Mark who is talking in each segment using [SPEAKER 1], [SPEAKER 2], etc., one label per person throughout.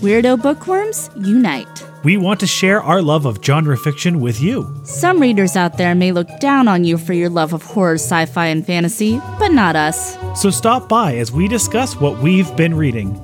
[SPEAKER 1] Weirdo bookworms unite.
[SPEAKER 2] We want to share our love of genre fiction with you.
[SPEAKER 1] Some readers out there may look down on you for your love of horror, sci fi, and fantasy, but not us.
[SPEAKER 2] So stop by as we discuss what we've been reading.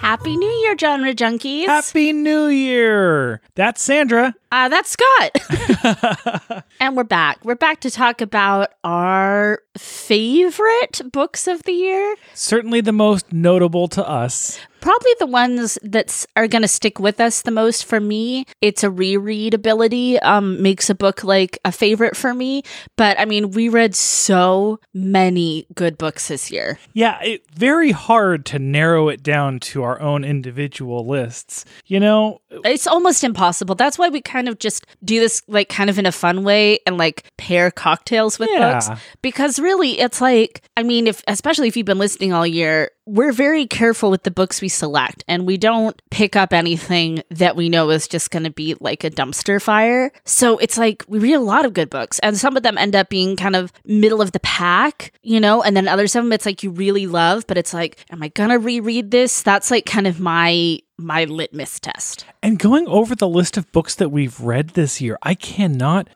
[SPEAKER 1] Happy New Year, genre junkies.
[SPEAKER 2] Happy New Year! That's Sandra.
[SPEAKER 1] Uh, that's Scott. and we're back. We're back to talk about our favorite books of the year.
[SPEAKER 2] Certainly the most notable to us.
[SPEAKER 1] Probably the ones that s- are going to stick with us the most for me. It's a reread ability, um, makes a book like a favorite for me. But I mean, we read so many good books this year.
[SPEAKER 2] Yeah, it very hard to narrow it down to our own individual lists. You know,
[SPEAKER 1] It's almost impossible. That's why we kind of just do this like kind of in a fun way and like pair cocktails with
[SPEAKER 2] Yeah.
[SPEAKER 1] books because really it's like I mean if especially if you've been listening all year, we're very careful with the books we select and we don't pick up anything that we know is just going to be like a dumpster fire. So it's like we read a lot of good books and some of them end up being kind of middle of the pack, you know, and then others of them it's like you really love, but it's like am I going to reread this? That's like kind of my my litmus test.
[SPEAKER 2] and going over the list of books that we've read this year, I cannot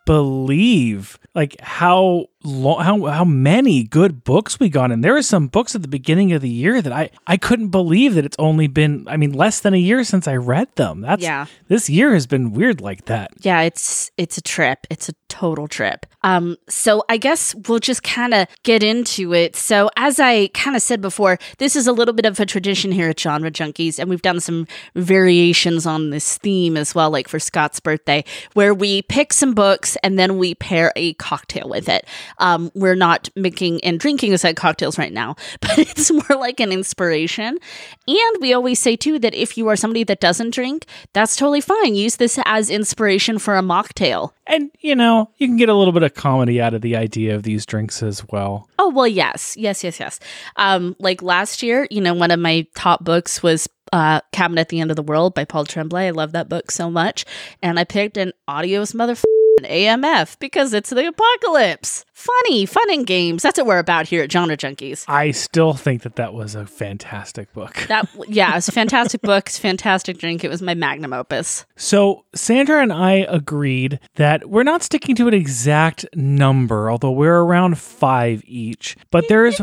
[SPEAKER 2] believe like how long how how many good books we got in. There are some books at the beginning of the year that I I couldn't believe that it's only been I mean less than a year since I read them. That's
[SPEAKER 1] Yeah.
[SPEAKER 2] this year has been weird like that.
[SPEAKER 1] Yeah, it's it's a trip. It's a total trip. Um so I guess we'll just kind of get into it. So as I kind of said before, this is a little bit of a tradition here at Genre Junkies and we've done some variations on this theme as well like for Scott's birthday where we pick some books and then we pair a cocktail with it. Um we're not making and drinking as cocktails right now, but it's more like an inspiration. And we always say too that if you are somebody that doesn't drink, that's totally fine. Use this as inspiration for a mocktail.
[SPEAKER 2] And you know, you can get a little bit of comedy out of the idea of these drinks as well.
[SPEAKER 1] Oh well, yes, yes, yes, yes. Um, like last year, you know, one of my top books was uh, "Cabin at the End of the World" by Paul Tremblay. I love that book so much, and I picked an audios motherfucking AMF because it's the apocalypse. Funny, fun and games. That's what we're about here at Genre Junkies.
[SPEAKER 2] I still think that that was a fantastic book.
[SPEAKER 1] That yeah, it's a fantastic book. It's a fantastic drink. It was my magnum opus.
[SPEAKER 2] So, Sandra and I agreed that we're not sticking to an exact number, although we're around five each. But there is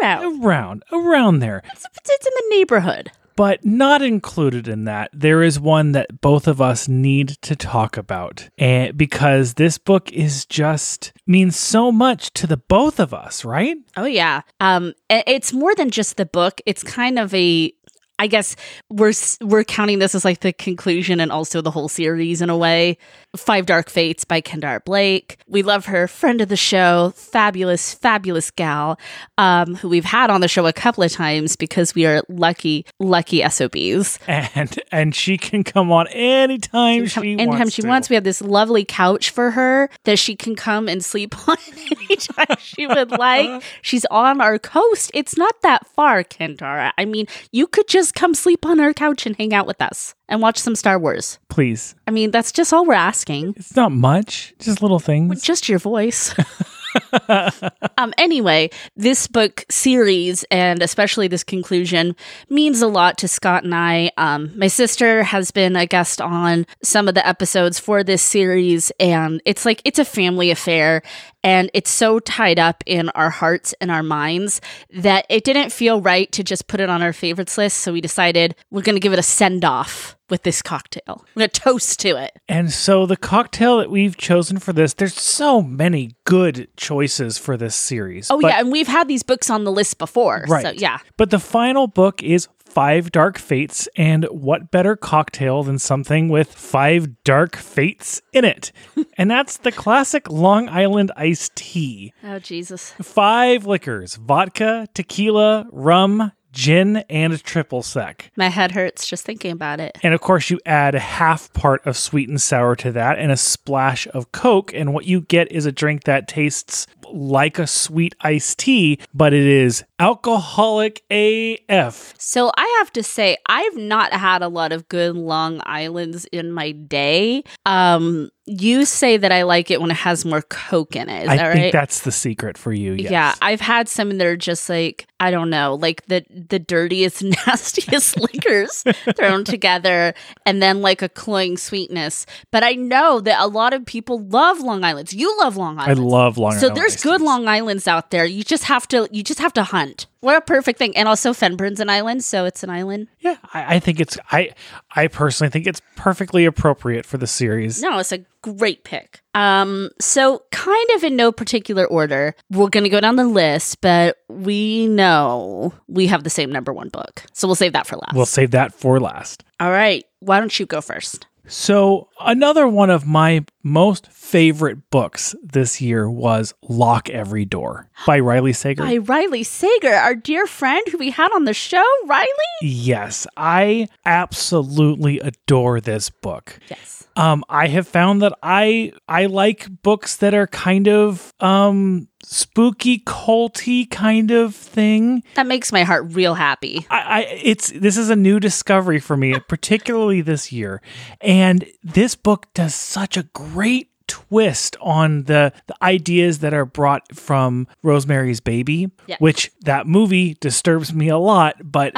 [SPEAKER 1] Around,
[SPEAKER 2] around, around there.
[SPEAKER 1] it's, it's in the neighborhood.
[SPEAKER 2] But not included in that, there is one that both of us need to talk about. And because this book is just means so much to the both of us, right?
[SPEAKER 1] Oh yeah. Um i- it's more than just the book. It's kind of a I guess we're s- we're counting this as like the conclusion and also the whole series in a way. Five Dark Fates by Kendar Blake. We love her, friend of the show, fabulous, fabulous gal, um, who we've had on the show a couple of times because we are lucky, lucky SOBs.
[SPEAKER 2] And and she can come on anytime she,
[SPEAKER 1] anytime
[SPEAKER 2] wants.
[SPEAKER 1] she
[SPEAKER 2] to.
[SPEAKER 1] wants. We have this lovely couch for her that she can come and sleep on anytime she would like. She's on our coast. It's not that far, Kendara. I mean, you could just come sleep on our couch and hang out with us and watch some Star Wars.
[SPEAKER 2] Please.
[SPEAKER 1] I mean, that's just all we're asking.
[SPEAKER 2] It's not much, just little things.
[SPEAKER 1] Just your voice. um, anyway, this book series and especially this conclusion means a lot to Scott and I. Um, my sister has been a guest on some of the episodes for this series, and it's like it's a family affair, and it's so tied up in our hearts and our minds that it didn't feel right to just put it on our favorites list. So we decided we're going to give it a send off with this cocktail. We're going to toast to it.
[SPEAKER 2] And so the cocktail that we've chosen for this, there's so many good choices for this series.
[SPEAKER 1] Oh
[SPEAKER 2] but,
[SPEAKER 1] yeah, and we've had these books on the list before.
[SPEAKER 2] right.
[SPEAKER 1] So yeah.
[SPEAKER 2] But the final book is Five Dark Fates, and what better cocktail than something with five dark fates in it? and that's the classic Long Island iced tea.
[SPEAKER 1] Oh Jesus.
[SPEAKER 2] Five liquors: vodka, tequila, rum, gin, and triple sec.
[SPEAKER 1] My head hurts just thinking about it.
[SPEAKER 2] And of course, you add a half part of sweet and sour to that and a splash of Coke. And what you get is a drink that tastes like a sweet iced tea, but it is alcoholic AF.
[SPEAKER 1] So I have to say I've not had a lot of good Long Islands in my day. Um You say that I like it when it has more Coke in it. Is
[SPEAKER 2] I
[SPEAKER 1] that
[SPEAKER 2] think
[SPEAKER 1] right?
[SPEAKER 2] that's the secret for you. Yes.
[SPEAKER 1] Yeah, I've had some that are just like I don't know, like the the dirtiest, nastiest liquors thrown together, and then like a cloying sweetness. But I know that a lot of people love Long Island's. You love Long
[SPEAKER 2] I
[SPEAKER 1] Island.
[SPEAKER 2] love Long Island.
[SPEAKER 1] so there's
[SPEAKER 2] iced
[SPEAKER 1] good
[SPEAKER 2] teas.
[SPEAKER 1] Long Island's out there. You just have to you just have to hunt. What a perfect thing. And also Fenburn's an island, so it's an island.
[SPEAKER 2] Yeah, I, I think it's I I personally think it's perfectly appropriate for the series.
[SPEAKER 1] No, it's a great pick. Um, so kind of in no particular order, we're gonna go down the list, but we know we have the same number one book, so we'll save that for last.
[SPEAKER 2] We'll save that for last.
[SPEAKER 1] All right, why don't you go first?
[SPEAKER 2] So another one of my most favorite books this year was Lock Every Door by Riley Sager.
[SPEAKER 1] By Riley Sager, our dear friend who we had on the show, Riley.
[SPEAKER 2] yes, I absolutely adore this book.
[SPEAKER 1] Yes.
[SPEAKER 2] Um, I have found that I I like books that are kind of um spooky, culty kind of thing.
[SPEAKER 1] That makes my heart real happy.
[SPEAKER 2] I, I it's this is a new discovery for me, particularly this year. And this book does such a great twist on the, the ideas that are brought from Rosemary's Baby,
[SPEAKER 1] Yeah.
[SPEAKER 2] which that movie disturbs me a lot, but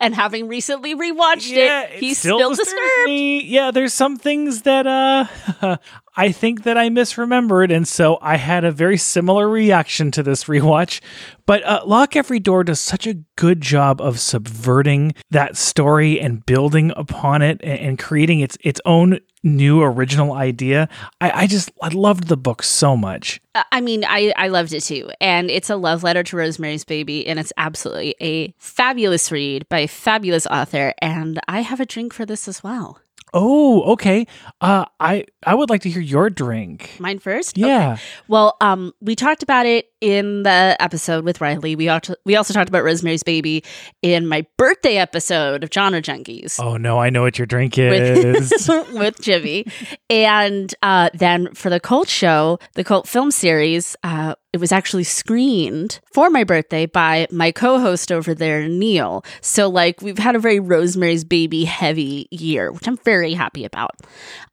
[SPEAKER 1] And having recently rewatched it,
[SPEAKER 2] it
[SPEAKER 1] he's still,
[SPEAKER 2] disturbs
[SPEAKER 1] disturbed.
[SPEAKER 2] me. Yeah, there's some things that uh I think that I misremembered, and so I had a very similar reaction to this rewatch. But uh, Lock Every Door does such a good job of subverting that story and building upon it and, and creating its its own new original idea. I, I just I loved the book so much.
[SPEAKER 1] Uh, I mean, I, I loved it too. And it's a love letter to Rosemary's Baby, and it's absolutely a fabulous read by a fabulous author. And I have a drink for this as well.
[SPEAKER 2] Oh, okay. Uh, I I would like to hear your drink.
[SPEAKER 1] Mine first?
[SPEAKER 2] Yeah.
[SPEAKER 1] Well, um, we talked about it in the episode with Riley. We also, we also talked about Rosemary's Baby in my birthday episode of Genre Junkies.
[SPEAKER 2] Oh no, I know what your drink is.
[SPEAKER 1] With, with Jimmy. And uh, then for the cult show, the cult film series, uh, it was actually screened for my birthday by my co host over there, Neil. So, like, we've had a very Rosemary's Baby heavy year, which I'm very happy about.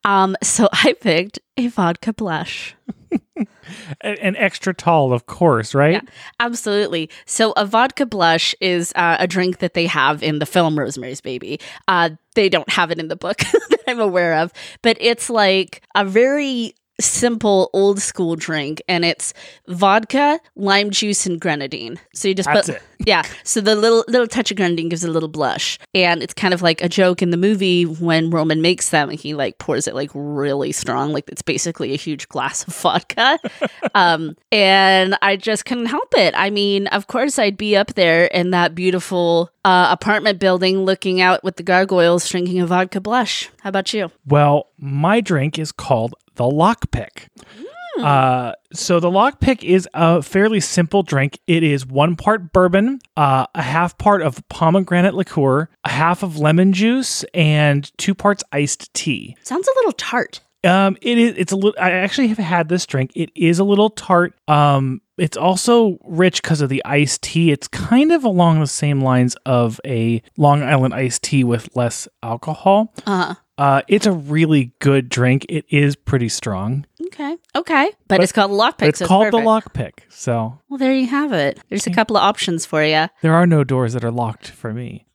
[SPEAKER 1] Um, so, I picked a vodka blush.
[SPEAKER 2] A- and extra tall, of course, right?
[SPEAKER 1] Absolutely. So a vodka blush is uh, a drink that they have in the film Rosemary's Baby. Uh, they don't have it in the book that I'm aware of, but it's like a very simple old school drink, and it's vodka, lime juice, and grenadine. So you just
[SPEAKER 2] That's
[SPEAKER 1] put
[SPEAKER 2] it.
[SPEAKER 1] yeah. So the little little touch of grenadine gives it a little blush, and it's kind of like a joke in the movie when Roman makes them, and he like pours it like really strong, like it's basically a huge glass of vodka. um, and I just couldn't help it. I mean, of course, I'd be up there in that beautiful uh, apartment building, looking out with the gargoyles, drinking a vodka blush. How about you?
[SPEAKER 2] Well, my drink is called the lockpick. Uh, so the lockpick is a fairly simple drink. It is one part bourbon, uh, a half part of pomegranate liqueur, a half of lemon juice, and two parts iced tea.
[SPEAKER 1] Sounds a little tart.
[SPEAKER 2] Um, it is. It's a little. I actually have had this drink. It is a little tart. Um, it's also rich because of the iced tea. It's kind of along the same lines of a Long Island iced tea with less alcohol.
[SPEAKER 1] Uh huh.
[SPEAKER 2] Uh, it's a really good drink. It is pretty strong.
[SPEAKER 1] Okay. Okay. But, it's called lockpick.
[SPEAKER 2] But it's
[SPEAKER 1] so
[SPEAKER 2] called the
[SPEAKER 1] perfect.
[SPEAKER 2] lockpick. So
[SPEAKER 1] Well, there you have it. There's a couple of options for you.
[SPEAKER 2] there are no doors that are locked for me.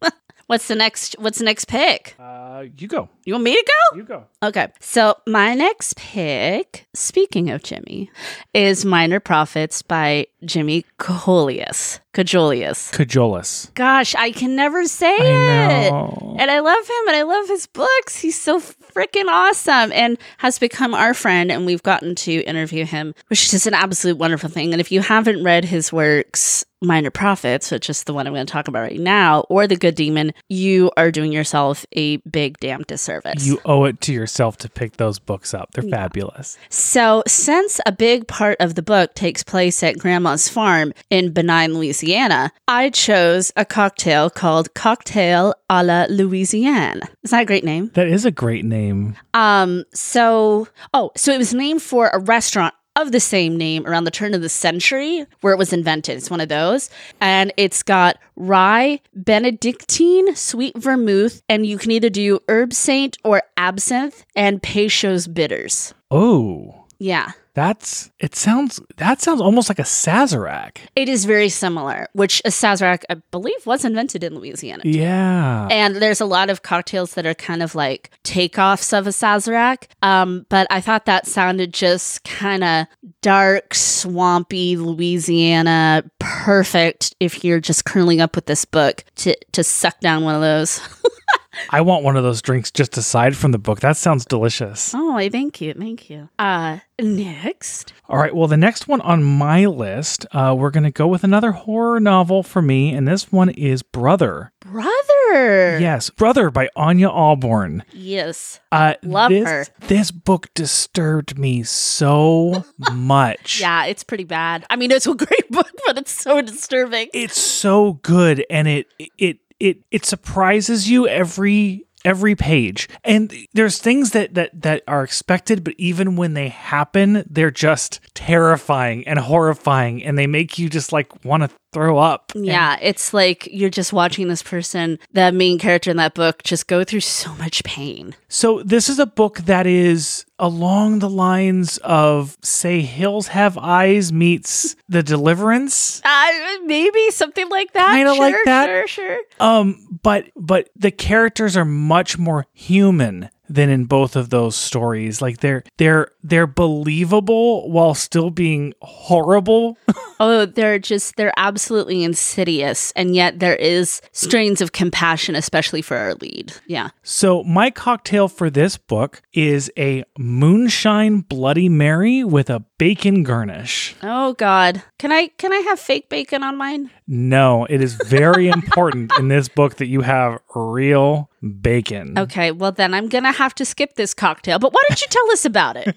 [SPEAKER 1] What's the next? What's the next pick?
[SPEAKER 2] Uh, you go.
[SPEAKER 1] You want me to go?
[SPEAKER 2] You go.
[SPEAKER 1] Okay. So my next pick, speaking of Jimmy, is Minor Prophets by Jimmy Cajolius. Cajolius.
[SPEAKER 2] Cajolus.
[SPEAKER 1] Gosh, I can never say
[SPEAKER 2] I
[SPEAKER 1] it.
[SPEAKER 2] know.
[SPEAKER 1] And I love him and I love his books. He's so freaking awesome and has become our friend. And we've gotten to interview him, which is just an absolute wonderful thing. And if you haven't read his works, Minor Prophets, which is the one I'm going to talk about right now, or The Good Demon, you are doing yourself a big damn disservice.
[SPEAKER 2] You owe it to yourself to pick those books up. They're fabulous.
[SPEAKER 1] So, since a big part of the book takes place at Grandma's farm in Benign, Louisiana, I chose a cocktail called Cocktail a la Louisiane. Is that a great name?
[SPEAKER 2] That is a great name.
[SPEAKER 1] Um, so, oh, so it was named for a restaurant of the same name around the turn of the century where it was invented. It's one of those. And it's got rye, Benedictine, sweet vermouth, and you can either do herb saint or absinthe and Peychaud's bitters.
[SPEAKER 2] Oh,
[SPEAKER 1] Yeah.
[SPEAKER 2] that's it. Sounds that sounds almost like a sazerac.
[SPEAKER 1] It is very similar, which a Sazerac, I believe, was invented in Louisiana.
[SPEAKER 2] Yeah.
[SPEAKER 1] And there's a lot of cocktails that are kind of like takeoffs of a Sazerac. Um, but I thought that sounded just kind of dark, swampy Louisiana, perfect if you're just curling up with this book to, to suck down one of those.
[SPEAKER 2] I want one of those drinks just aside from the book. That sounds delicious.
[SPEAKER 1] oh, I thank you. Thank you. Uh, next.
[SPEAKER 2] All right. Well, the next one on my list, uh, we're going to go with another horror novel for me, and this one is Brother.
[SPEAKER 1] Brother.
[SPEAKER 2] Yes, Brother by Anya Alborn.
[SPEAKER 1] Yes.
[SPEAKER 2] Uh,
[SPEAKER 1] Love
[SPEAKER 2] this,
[SPEAKER 1] her.
[SPEAKER 2] This book disturbed me so much.
[SPEAKER 1] Yeah, it's pretty bad. I mean, it's a great book, but it's so disturbing.
[SPEAKER 2] It's so good, and it it it it surprises you every every page. And there's things that that that are expected, but even when they happen, they're just terrifying and horrifying, and they make you just like want to throw up.
[SPEAKER 1] Yeah, it's like you're just watching this person, the main character in that book, just go through so much pain.
[SPEAKER 2] So this is a book that is along the lines of say Hills Have Eyes meets The Deliverance.
[SPEAKER 1] Uh, maybe something like that.
[SPEAKER 2] Kinda like
[SPEAKER 1] Sure,
[SPEAKER 2] that.
[SPEAKER 1] Sure, sure.
[SPEAKER 2] Um, but but the characters are much more human than in both of those stories. Like they're they're they're believable while still being horrible.
[SPEAKER 1] Oh, they're just, they're absolutely insidious. And yet there is strains of compassion, especially for our lead. Yeah.
[SPEAKER 2] So my cocktail for this book is a moonshine bloody mary with a bacon garnish.
[SPEAKER 1] Oh, God. Can I, can I have fake bacon on mine?
[SPEAKER 2] No, it is very important in this book that you have real bacon.
[SPEAKER 1] Okay. Well, then I'm going to have to skip this cocktail. But why don't you tell us about it?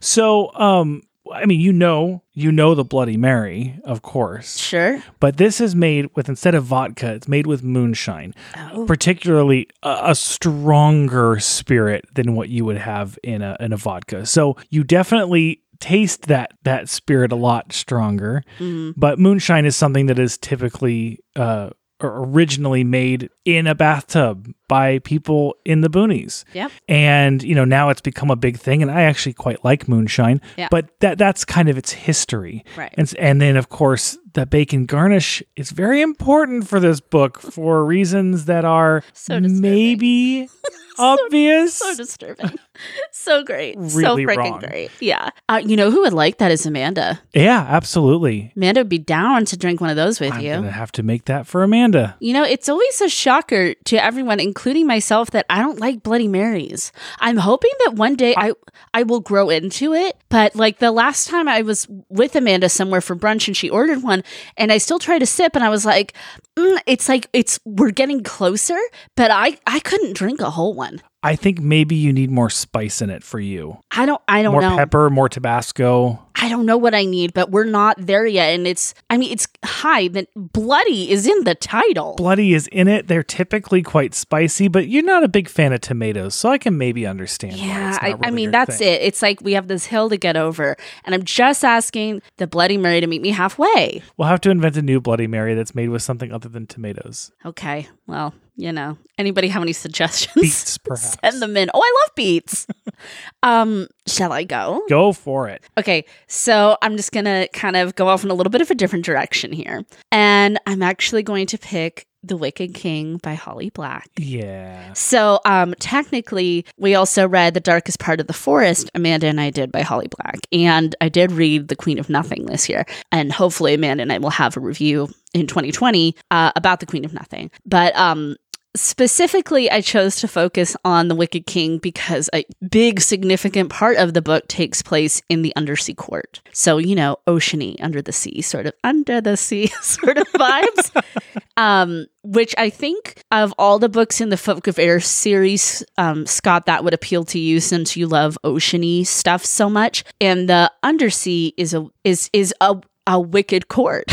[SPEAKER 2] So um I mean you know you know the bloody mary, of course.
[SPEAKER 1] sure.
[SPEAKER 2] But this is made with instead of vodka, it's made with moonshine, particularly a, a stronger spirit than what you would have in a in a vodka. So you definitely taste that that spirit a lot stronger.
[SPEAKER 1] Mm-hmm.
[SPEAKER 2] But moonshine is something that is typically uh, or- originally made in a bathtub by people in the boonies
[SPEAKER 1] Yep.
[SPEAKER 2] and you know now it's become a big thing and i actually quite like moonshine
[SPEAKER 1] Yeah.
[SPEAKER 2] but that that's kind of its history
[SPEAKER 1] Right.
[SPEAKER 2] and, s- and then of course the bacon garnish is very important for this book for reasons that are
[SPEAKER 1] So disturbing.
[SPEAKER 2] maybe obvious
[SPEAKER 1] so disturbing. so great. so
[SPEAKER 2] Really
[SPEAKER 1] freaking
[SPEAKER 2] wrong.
[SPEAKER 1] great. Yeah. Uh, you know who would like that is Amanda.
[SPEAKER 2] yeah absolutely
[SPEAKER 1] Amanda would be down to drink one of those with
[SPEAKER 2] i'm
[SPEAKER 1] you.
[SPEAKER 2] gonna have to make that for amanda
[SPEAKER 1] You know, it's always a shocker to everyone, including myself, that I don't like Bloody Marys. I'm hoping that one day I I will grow into it. But like the last time I was with Amanda somewhere for brunch and she ordered one, and I still tried to sip, and I was like, mm, it's like it's we're getting closer, but I I couldn't drink a whole one.
[SPEAKER 2] i think maybe you need more spice in it for you
[SPEAKER 1] I don't I don't
[SPEAKER 2] more
[SPEAKER 1] know.
[SPEAKER 2] pepper more tabasco
[SPEAKER 1] I don't know what I need, but we're not there yet. And it's, I mean, it's high. That bloody is in the title.
[SPEAKER 2] bloody is in it they're typically quite spicy but you're not a big fan of tomatoes so i can maybe understand why
[SPEAKER 1] yeah,
[SPEAKER 2] it's not
[SPEAKER 1] I, I
[SPEAKER 2] really
[SPEAKER 1] mean,
[SPEAKER 2] your
[SPEAKER 1] that's
[SPEAKER 2] thing.
[SPEAKER 1] it. It's like we have this hill to get over. And I'm just asking the Bloody Mary to meet me halfway.
[SPEAKER 2] We'll have to invent a new Bloody Mary that's made with something other than tomatoes.
[SPEAKER 1] Okay. Well, you know, anybody have any suggestions?
[SPEAKER 2] Beets, perhaps.
[SPEAKER 1] Send them in. Oh, I love beets. um, shall I go?
[SPEAKER 2] Go for it.
[SPEAKER 1] Okay, so I'm just gonna kind of go off in a little bit of a different direction here. And I'm actually going to pick The Wicked King by Holly Black.
[SPEAKER 2] Yeah.
[SPEAKER 1] So, um, technically, we also read The Darkest Part of the Forest, Amanda and I did by Holly Black. And I did read The Queen of Nothing this year. And hopefully, Amanda and I will have a review in 2020 uh, about The Queen of Nothing. But, um, Specifically, I chose to focus on the Wicked King because a big significant part of the book takes place in the undersea court. So, you know, oceany, under the sea, sort of under the sea sort of vibes um, which I think of all the books in the Folk of Air series, um, Scott, that would appeal to you since you love oceany stuff so much. And the undersea is a is is a a wicked court.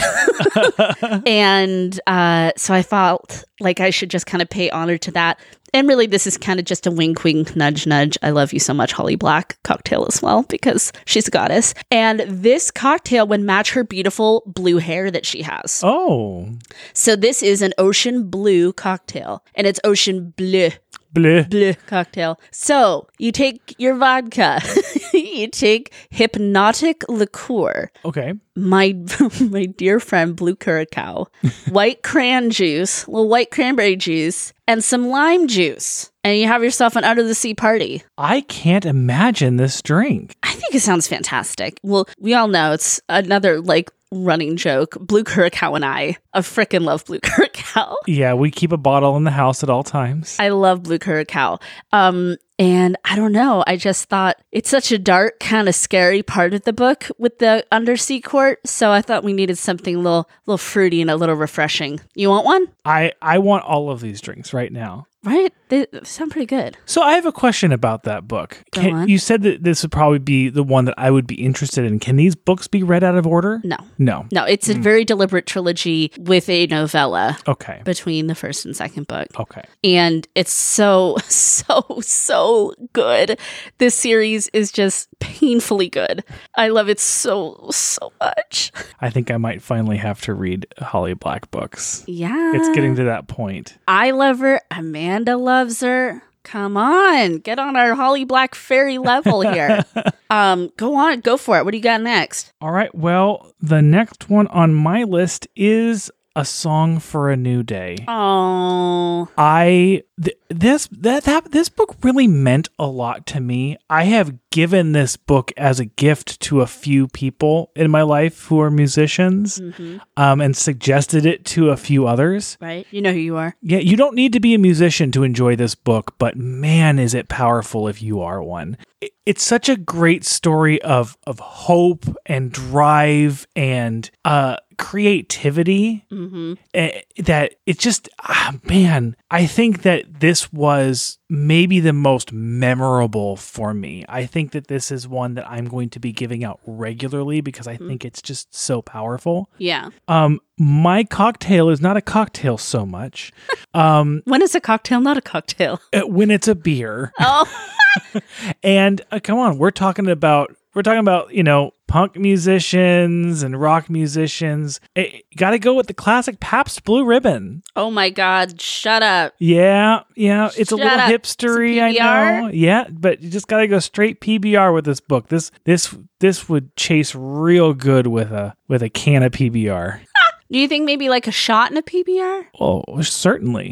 [SPEAKER 1] and uh, so I felt like I should just kind of pay honor to that. And really, this is kind of just a wink, wink, nudge, nudge. I love you so much, Holly Black cocktail as well, because she's a goddess. And this cocktail would match her beautiful blue hair that she has.
[SPEAKER 2] oh,
[SPEAKER 1] So, this is an ocean blue cocktail, and it's ocean bleu
[SPEAKER 2] bleh.
[SPEAKER 1] bleh cocktail. So you take your vodka, you take hypnotic liqueur,
[SPEAKER 2] Okay.
[SPEAKER 1] my my dear friend blue curacao, white cran juice, little white cranberry juice, and some lime juice, and you have yourself an under the sea party.
[SPEAKER 2] I can't imagine this drink.
[SPEAKER 1] I think it sounds fantastic. Well, we all know it's another like running joke. Blue curacao and I, I frickin' love blue curacao.
[SPEAKER 2] Yeah, we keep a bottle in the house at all times.
[SPEAKER 1] I love blue curacao. Um, and I don't know. I just thought it's such a dark, kind of scary part of the book with the undersea court. So I thought we needed something a little, little fruity and a little refreshing. You want one?
[SPEAKER 2] I, I want all of these drinks right now.
[SPEAKER 1] Right? They sound pretty good.
[SPEAKER 2] So I have a question about that book.
[SPEAKER 1] Go
[SPEAKER 2] Can,
[SPEAKER 1] on.
[SPEAKER 2] you said that this would probably be the one that I would be interested in. Can these books be read out of order?
[SPEAKER 1] No,
[SPEAKER 2] No.
[SPEAKER 1] no, it's
[SPEAKER 2] Hmm.
[SPEAKER 1] a very deliberate trilogy with a novella
[SPEAKER 2] Okay.
[SPEAKER 1] between the first and second book.
[SPEAKER 2] Okay.
[SPEAKER 1] and it's so so so good this series is just painfully good i love it so so much
[SPEAKER 2] I think I might finally have to read Holly Black books.
[SPEAKER 1] yeah
[SPEAKER 2] It's getting to that point.
[SPEAKER 1] i love her amanda loves her come on get on our holly black fairy level here um go on go for it what do you got next
[SPEAKER 2] All right. Well, the next one on my list is A Song for a New Day.
[SPEAKER 1] oh
[SPEAKER 2] I th- this that, that this book really meant a lot to me. I have given this book as a gift to a few people in my life who are musicians, um, and suggested it to a few others.
[SPEAKER 1] right you know who you are
[SPEAKER 2] Yeah, you don't need to be a musician to enjoy this book, but man, is it powerful if you are one. I- It's such a great story of of hope and drive and uh, creativity
[SPEAKER 1] mm-hmm
[SPEAKER 2] eh, that it just ah, man i think that this was maybe the most memorable for me i think that this is one that i'm going to be giving out regularly because i think it's just so powerful
[SPEAKER 1] yeah
[SPEAKER 2] um my cocktail is not a cocktail so much um
[SPEAKER 1] when is a cocktail not a cocktail
[SPEAKER 2] eh, when it's a beer
[SPEAKER 1] oh
[SPEAKER 2] and uh, come on we're talking about we're talking about you know punk musicians and rock musicians Eh, gotta go with the classic pabst blue ribbon
[SPEAKER 1] oh my god shut up
[SPEAKER 2] Yeah, yeah, it's a
[SPEAKER 1] Shut
[SPEAKER 2] little
[SPEAKER 1] up.
[SPEAKER 2] hipstery, I
[SPEAKER 1] PBR?
[SPEAKER 2] know. Yeah, but you just gotta go straight PBR with this book. This this this would chase real good with a with a can of PBR.
[SPEAKER 1] do you think maybe like a shot in a pbr
[SPEAKER 2] Oh, certainly.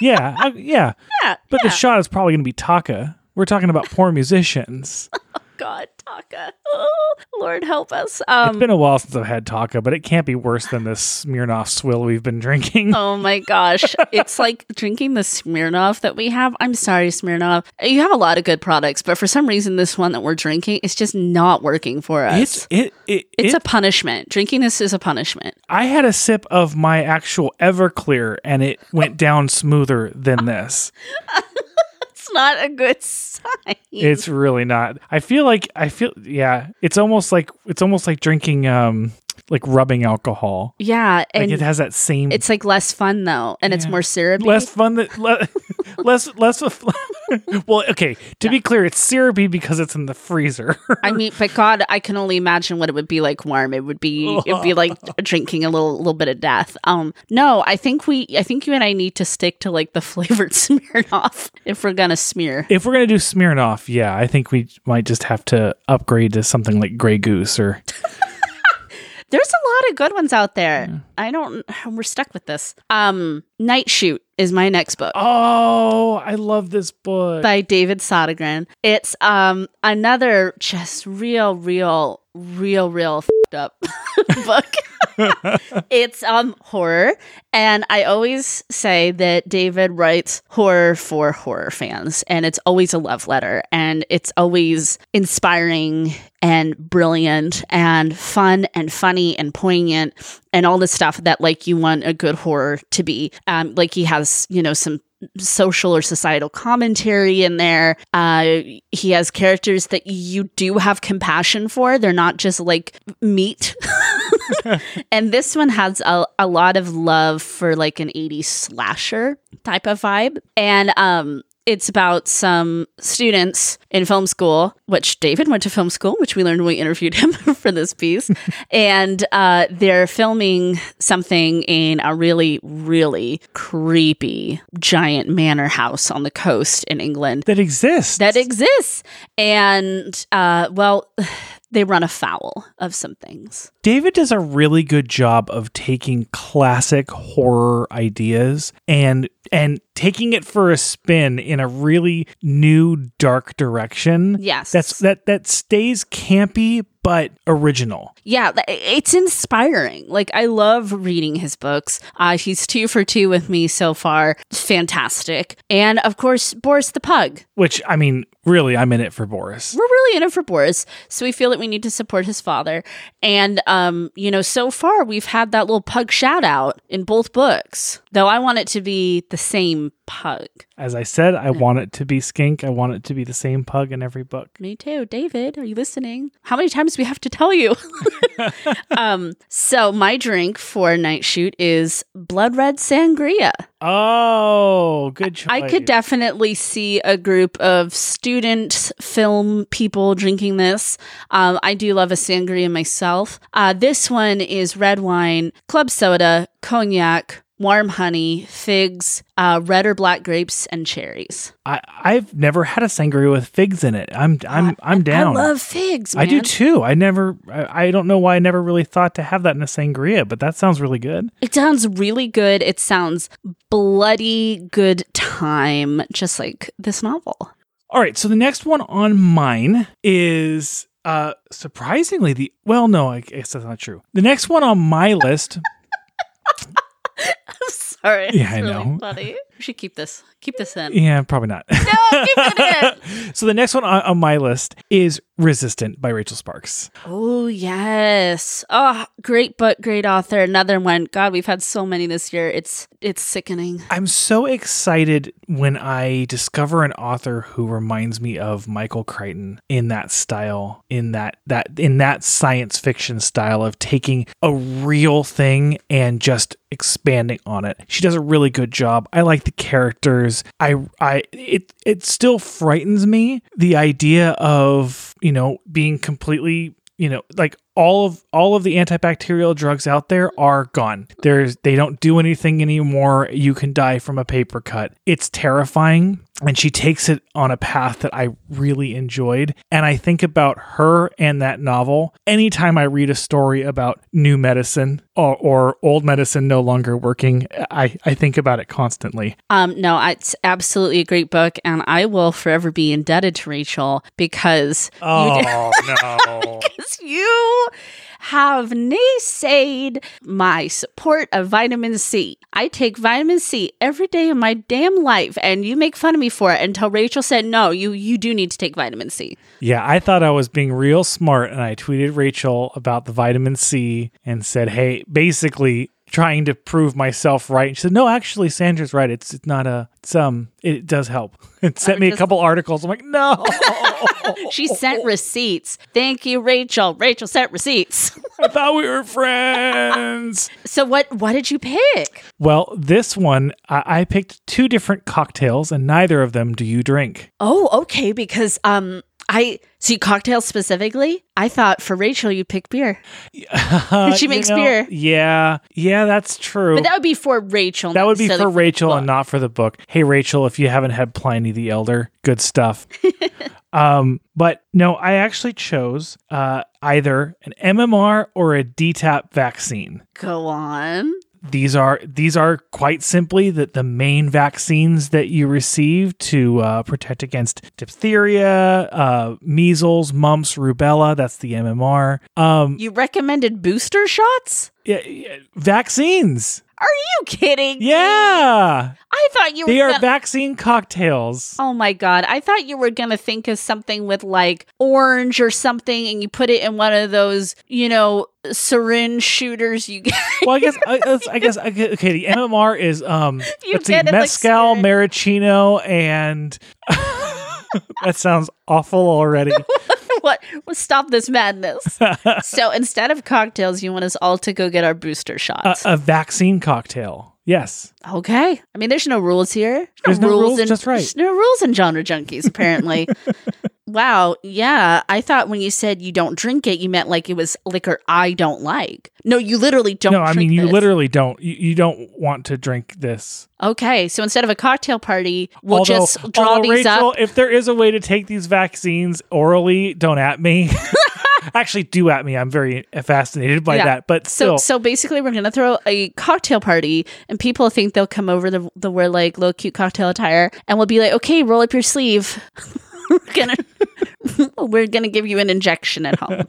[SPEAKER 2] yeah, I- yeah,
[SPEAKER 1] yeah
[SPEAKER 2] but the shot is probably gonna be Taka. We're talking about poor musicians.
[SPEAKER 1] God, Taka. Oh, Lord help us. Um,
[SPEAKER 2] it's been a while since I've had Taka, but it can't be worse than this Smirnoff swill we've been drinking.
[SPEAKER 1] oh my gosh. It's like drinking the Smirnoff that we have. I'm sorry, Smirnoff. You have a lot of good products, but for some reason, this one that we're drinking is just not working for us.
[SPEAKER 2] It's it it,
[SPEAKER 1] It's
[SPEAKER 2] it
[SPEAKER 1] a punishment. Drinking this is a punishment.
[SPEAKER 2] I had a sip of my actual Everclear and it went down smoother than this.
[SPEAKER 1] It's not a good sign.
[SPEAKER 2] It's really not. I feel like I feel yeah, it's almost like it's almost like drinking um like rubbing alcohol.
[SPEAKER 1] yeah,
[SPEAKER 2] Like
[SPEAKER 1] and
[SPEAKER 2] it has that same
[SPEAKER 1] it's like less fun though, and it's
[SPEAKER 2] Yeah.
[SPEAKER 1] more syrupy.
[SPEAKER 2] less fun that le- less less of- Well, okay, to be clear, it's syrupy because it's in the freezer.
[SPEAKER 1] I mean, but God, I can only imagine what it would be like warm. It would be it'd be like drinking a little little bit of death. Um, no, I think we, I think you and I need to stick to like the flavored Smirnoff if we're gonna smear.
[SPEAKER 2] if we're going to do Smirnoff, yeah, I think we might just have to upgrade to something like Grey Goose or
[SPEAKER 1] There's a lot of good ones out there. I don't. We're stuck with this. Um, Night Shoot is my next book.
[SPEAKER 2] Oh, I love this book.
[SPEAKER 1] by David Sodegren. It's um another just real, real, real, real fed up book. it's um horror, and I always say that David writes horror for horror fans, and it's always a love letter, and it's always inspiring and brilliant and fun and funny and poignant and all the stuff that like you want a good horror to be. Um, like he has you know some social or societal commentary in there. Uh, he has characters that you do have compassion for. They're not just like meat. and this one has a, a lot of love for like an 80s slasher type of vibe. And um, it's about some students in film school, which David went to film school, which we learned when we interviewed him for this piece. and uh, they're filming something in a really, really creepy giant manor house on the coast in England
[SPEAKER 2] that exists.
[SPEAKER 1] that exists. And uh, well, they run afoul of some things.
[SPEAKER 2] David does a really good job of taking classic horror ideas and and taking it for a spin in a really new dark direction.
[SPEAKER 1] Yes.
[SPEAKER 2] That's that that stays campy but original.
[SPEAKER 1] Yeah, th- it's inspiring. Like I love reading his books. Uh, he's two for two with me so far. Fantastic, and of course Boris the Pug.
[SPEAKER 2] Which I mean, really I'm in it for Boris.
[SPEAKER 1] We're really in it for Boris, so we feel that we need to support his father. And um, you know, so far we've had that little pug shout out in both books. Though I want it to be the same pug.
[SPEAKER 2] As I said,
[SPEAKER 1] Hmm.
[SPEAKER 2] I want it to be skink. I want it to be the same pug in every book.
[SPEAKER 1] Me too. David, are you listening? How many times do we have to tell you? um, so my drink for night shoot is blood red sangria.
[SPEAKER 2] Oh, good choice.
[SPEAKER 1] I could definitely see a group of student film people drinking this. Um, I do love a sangria myself. Uh, this one is red wine, club soda, cognac, warm honey, figs, uh, red or black grapes, and cherries.
[SPEAKER 2] I, I've never had a sangria with figs in it. I'm I'm I'm down.
[SPEAKER 1] I love figs.
[SPEAKER 2] I do
[SPEAKER 1] man.
[SPEAKER 2] too. I never, I, I don't know why I never really thought to have that in a sangria, but that sounds really good.
[SPEAKER 1] It sounds really good. It sounds bloody good time, just like this novel.
[SPEAKER 2] All right. So the next one on mine is uh surprisingly the, well, no, I guess that's not true. The next one on my list,
[SPEAKER 1] I'm sorry.
[SPEAKER 2] Yeah,
[SPEAKER 1] It's
[SPEAKER 2] I
[SPEAKER 1] really
[SPEAKER 2] know.
[SPEAKER 1] Funny. We should keep this. Keep this in.
[SPEAKER 2] yeah, probably not.
[SPEAKER 1] No, keep it
[SPEAKER 2] so the next one on, on my list is Resistant by Rachel Sparks.
[SPEAKER 1] oh yes. Oh, great book, great author. Another one. God, we've had so many this year. It's it's sickening.
[SPEAKER 2] I'm so excited when I discover an author who reminds me of Michael Crichton in that style, in that that in that science fiction style of taking a real thing and just expanding on it. She does a really good job. I like the characters. I I it it still frightens me the idea of, you know, being completely you know like all of all of the antibacterial drugs out there are gone there's they don't do anything anymore you can die from a paper cut it's terrifying and she takes it on a path that i really enjoyed and i think about her and that novel anytime i read a story about new medicine or, or old medicine no longer working i i think about it constantly
[SPEAKER 1] Um, no, I- it's absolutely a great book, and I will forever be indebted to Rachel because
[SPEAKER 2] oh no
[SPEAKER 1] because you have naysayed my support of vitamin C. I take vitamin C every day of my damn life, and you make fun of me for it until Rachel said, "No, you you do need to take vitamin C."
[SPEAKER 2] Yeah, I thought I was being real smart and I tweeted Rachel about the vitamin C and said, "Hey, basically trying to prove myself right." And she said, "No, actually Sandra's right. It's, it's not a it's um it does help." It sent me a
[SPEAKER 1] just-
[SPEAKER 2] couple articles. I'm like, "No."
[SPEAKER 1] She sent receipts. Thank you, Rachel. Rachel sent receipts.
[SPEAKER 2] I thought we were friends.
[SPEAKER 1] So what what did you pick?
[SPEAKER 2] Well, this one I, I picked two different cocktails and neither of them do you drink.
[SPEAKER 1] Oh, okay, because um I see cocktails specifically. I thought for Rachel you pick beer. she
[SPEAKER 2] You
[SPEAKER 1] makes
[SPEAKER 2] know,
[SPEAKER 1] beer.
[SPEAKER 2] Yeah. Yeah, that's true.
[SPEAKER 1] But that would be for Rachel.
[SPEAKER 2] That
[SPEAKER 1] not
[SPEAKER 2] would be
[SPEAKER 1] necessarily
[SPEAKER 2] for Rachel
[SPEAKER 1] book.
[SPEAKER 2] and not for the book. Hey, Rachel, if you haven't had Pliny the Elder, good stuff. um, but no, I actually chose uh, either an MMR or a DTaP vaccine.
[SPEAKER 1] Go on.
[SPEAKER 2] These are these are quite simply that the main vaccines that you receive to uh, protect against diphtheria, uh, measles, mumps, rubella. That's the MMR. Um,
[SPEAKER 1] You recommended booster shots?
[SPEAKER 2] yeah, yeah, vaccines.
[SPEAKER 1] Are you kidding?
[SPEAKER 2] Yeah,
[SPEAKER 1] I thought you
[SPEAKER 2] they
[SPEAKER 1] were
[SPEAKER 2] are
[SPEAKER 1] gonna-
[SPEAKER 2] vaccine cocktails.
[SPEAKER 1] Oh my god. I thought you were going to think of something with like orange or something and you put it in one of those, you know, syringe shooters you get.
[SPEAKER 2] well, I guess I, that's- I guess I guess- okay. The MMR is um,
[SPEAKER 1] You
[SPEAKER 2] let's see,
[SPEAKER 1] get it, like,
[SPEAKER 2] mezcal,
[SPEAKER 1] spirit.
[SPEAKER 2] maraschino, and that sounds awful already.
[SPEAKER 1] what was stop this madness. so instead of cocktails, you want us all to go get our booster
[SPEAKER 2] A,
[SPEAKER 1] shots.
[SPEAKER 2] a vaccine cocktail. Yes.
[SPEAKER 1] okay. I mean, there's no rules here.
[SPEAKER 2] There's no rules,
[SPEAKER 1] in,
[SPEAKER 2] that's right.
[SPEAKER 1] There's no rules in genre junkies, apparently. wow. Yeah. I thought when you said you don't drink it, you meant like it was liquor I don't like. No, you literally don't
[SPEAKER 2] no, I
[SPEAKER 1] drink
[SPEAKER 2] mean you
[SPEAKER 1] this.
[SPEAKER 2] literally don't. You, you don't want to drink this.
[SPEAKER 1] Okay. So instead of a cocktail party, we'll
[SPEAKER 2] although,
[SPEAKER 1] just draw
[SPEAKER 2] although,
[SPEAKER 1] these
[SPEAKER 2] Rachel,
[SPEAKER 1] up.
[SPEAKER 2] if there is a way to take these vaccines orally, don't at me. Actually, do at me. I'm very fascinated by
[SPEAKER 1] Yeah.
[SPEAKER 2] that. But
[SPEAKER 1] So,
[SPEAKER 2] still,
[SPEAKER 1] so basically, we're gonna throw a cocktail party, and people think they'll come over. The they'll wear like little cute cocktail attire, and we'll be like, "Okay, roll up your sleeve. we're gonna, we're gonna give you an injection at home.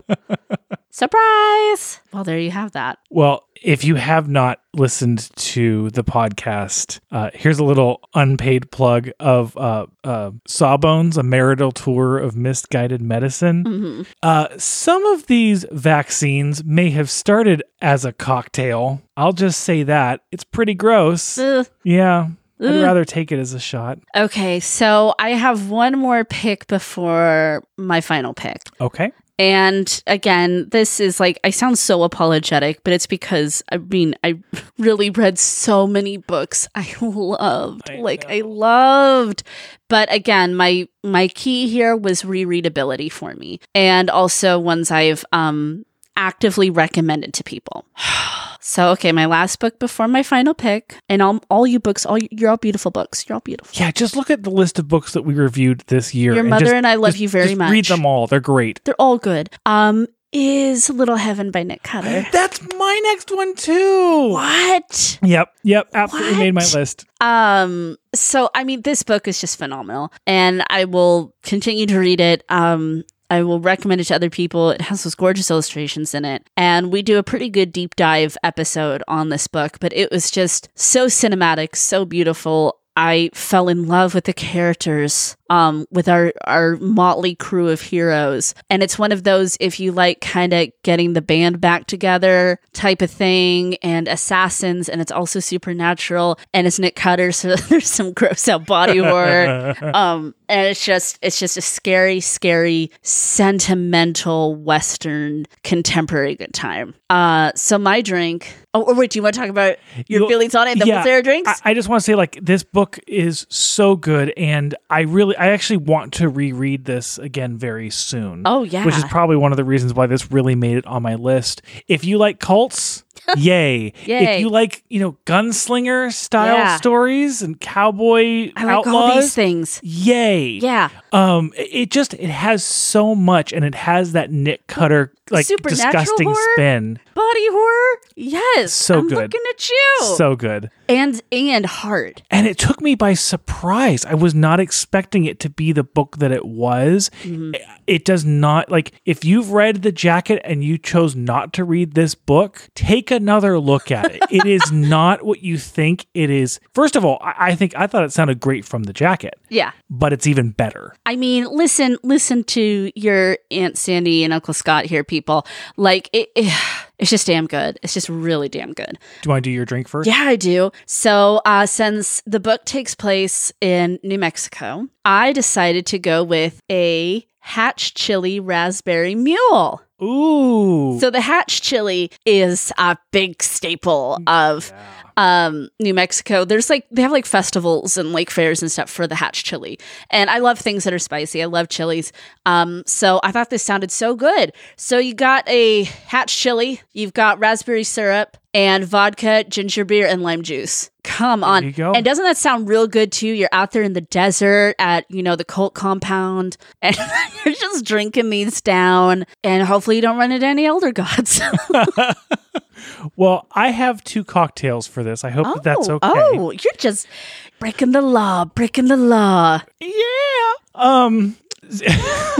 [SPEAKER 1] Surprise! Well, there you have that.
[SPEAKER 2] Well, if you have not listened to the podcast, uh, here's a little unpaid plug of uh, uh, Sawbones, a marital tour of misguided medicine.
[SPEAKER 1] Mm-hmm.
[SPEAKER 2] Uh, some of these vaccines may have started as a cocktail. I'll just say that. It's pretty gross.
[SPEAKER 1] Ugh.
[SPEAKER 2] Yeah. I'd
[SPEAKER 1] Ugh.
[SPEAKER 2] rather take it as a shot.
[SPEAKER 1] Okay, so I have one more pick before my final pick.
[SPEAKER 2] Okay.
[SPEAKER 1] And again, this is like, I sound so apologetic, but it's because I mean, I really read so many books I loved.
[SPEAKER 2] I
[SPEAKER 1] like, I loved. But again, my my key here was rereadability for me, and also ones I've um, actively recommended to people. so, okay, my last book before my final pick, and all, all you books, all you- you're all beautiful books. You're all beautiful.
[SPEAKER 2] Yeah, just look at the list of books that we reviewed this year.
[SPEAKER 1] Your
[SPEAKER 2] and
[SPEAKER 1] mother
[SPEAKER 2] just-
[SPEAKER 1] and I love
[SPEAKER 2] just-
[SPEAKER 1] you very
[SPEAKER 2] just
[SPEAKER 1] much.
[SPEAKER 2] Read them all. They're great.
[SPEAKER 1] They're all good. Um, is Little Heaven by Nick Cutter.
[SPEAKER 2] That's my next one too.
[SPEAKER 1] What?
[SPEAKER 2] Yep, yep, absolutely made my
[SPEAKER 1] What?
[SPEAKER 2] list.
[SPEAKER 1] Um so I mean this book is just phenomenal and I will continue to read it. Um I will recommend it to other people. It has those gorgeous illustrations in it. And we do a pretty good deep dive episode on this book, but it was just so cinematic, so beautiful. I fell in love with the characters, um, with our, our motley crew of heroes. And it's one of those, if you like kind of getting the band back together type of thing, and assassins, and it's also supernatural, and it's Nick Cutter, so there's some gross out body horror um and it's just it's just a scary scary sentimental western contemporary good time uh so my drink oh or wait do you want to talk about your
[SPEAKER 2] You-
[SPEAKER 1] feelings on it the
[SPEAKER 2] yeah,
[SPEAKER 1] Sarah drinks
[SPEAKER 2] I, I just want to say, like, this book is so good, and I really, I actually want to reread this again very soon.
[SPEAKER 1] oh yeah
[SPEAKER 2] Which is probably one of the reasons why this really made it on my list. If you like cults, yay.
[SPEAKER 1] Yay.
[SPEAKER 2] If you like, you know, gunslinger style
[SPEAKER 1] Yeah.
[SPEAKER 2] stories and cowboy
[SPEAKER 1] i like
[SPEAKER 2] outlaws,
[SPEAKER 1] all these things
[SPEAKER 2] yay.
[SPEAKER 1] yeah
[SPEAKER 2] Um, it- it just it has so much, and it has that Nick Cutter like
[SPEAKER 1] Supernatural
[SPEAKER 2] disgusting
[SPEAKER 1] horror?
[SPEAKER 2] spin.
[SPEAKER 1] body horror yes
[SPEAKER 2] So
[SPEAKER 1] i'm
[SPEAKER 2] good.
[SPEAKER 1] looking at you
[SPEAKER 2] So good.
[SPEAKER 1] and and hard
[SPEAKER 2] And it took me by surprise. I was not expecting it to be the book that it was.
[SPEAKER 1] Mm-hmm.
[SPEAKER 2] It- It does not, like, if you've read The Jacket and you chose not to read this book, take another look at it. it is not what you think it is. First of all, I, I think I thought it sounded great from The Jacket,
[SPEAKER 1] yeah
[SPEAKER 2] but it's even better.
[SPEAKER 1] I mean, listen, listen to your Aunt Sandy and Uncle Scott here, people. Like, it, it- it's just damn good. It's just really damn good.
[SPEAKER 2] Do you want to do your drink first?
[SPEAKER 1] Yeah, I do. So, uh, since the book takes place in New Mexico, I decided to go with a Hatch Chili Raspberry Mule.
[SPEAKER 2] Ooh.
[SPEAKER 1] So, the Hatch Chili is a big staple of
[SPEAKER 2] Yeah.
[SPEAKER 1] um New Mexico. There's like they have like festivals and like fairs and stuff for the hatch chili. And I love things that are spicy. I love chilies. Um so I thought this sounded so good. So you got a hatch chili, you've got raspberry syrup and vodka, ginger beer and lime juice. Come on.
[SPEAKER 2] you go.
[SPEAKER 1] And doesn't that sound real good too? You're out there in the desert at, you know, the cult compound and you're just drinking these down and hopefully you don't run into any elder gods.
[SPEAKER 2] Well, I have two cocktails for this. I hope that that's okay.
[SPEAKER 1] Oh, you're just breaking the law, breaking the law.
[SPEAKER 2] Yeah. Um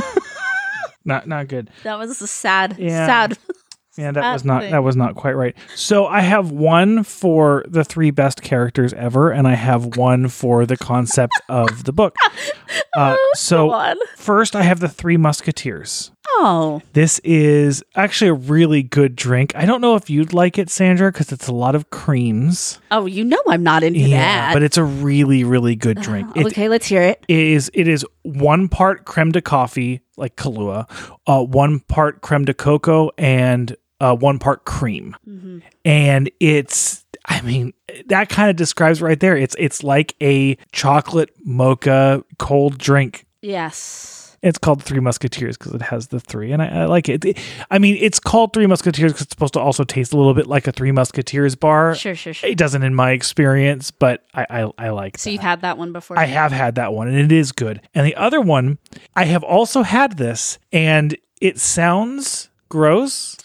[SPEAKER 2] not not good.
[SPEAKER 1] That was a sad,
[SPEAKER 2] Yeah.
[SPEAKER 1] sad.
[SPEAKER 2] Yeah, that was
[SPEAKER 1] Sad
[SPEAKER 2] not
[SPEAKER 1] thing.
[SPEAKER 2] that was not quite right. So I have one for the three best characters ever, and I have one for the concept of the book. Uh,
[SPEAKER 1] Go
[SPEAKER 2] so
[SPEAKER 1] Oh, on.
[SPEAKER 2] first, I have the Three Musketeers.
[SPEAKER 1] Oh,
[SPEAKER 2] This is actually a really good drink. I don't know if you'd like it, Sandra, because it's a lot of creams.
[SPEAKER 1] oh, you know I'm not into that.
[SPEAKER 2] but it's a really, really good drink. It
[SPEAKER 1] okay, let's hear it.
[SPEAKER 2] is it is one part creme de coffee, like Kahlua, uh, one part creme de coco and uh, one part cream.
[SPEAKER 1] Mhm.
[SPEAKER 2] And it's, I mean, that kind of describes right there. It's it's like a chocolate mocha cold drink.
[SPEAKER 1] Yes.
[SPEAKER 2] It's called Three Musketeers because it has the three, and I, I like it. It- I mean, it's called Three Musketeers because it's supposed to also taste a little bit like a Three Musketeers bar.
[SPEAKER 1] Sure, sure, sure.
[SPEAKER 2] It doesn't, in my experience, but I I, I like.
[SPEAKER 1] So
[SPEAKER 2] that.
[SPEAKER 1] you've had that one before?
[SPEAKER 2] I have had that one and it is good. And the other one, I have also had this and it sounds gross,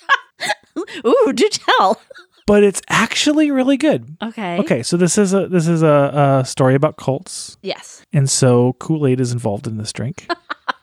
[SPEAKER 1] Ooh, do tell.
[SPEAKER 2] but it's actually really good.
[SPEAKER 1] Okay.
[SPEAKER 2] Okay, so this is a this is a, a story about cults,
[SPEAKER 1] Yes.
[SPEAKER 2] and so Kool Aid is involved in this drink,
[SPEAKER 1] Mm-hmm.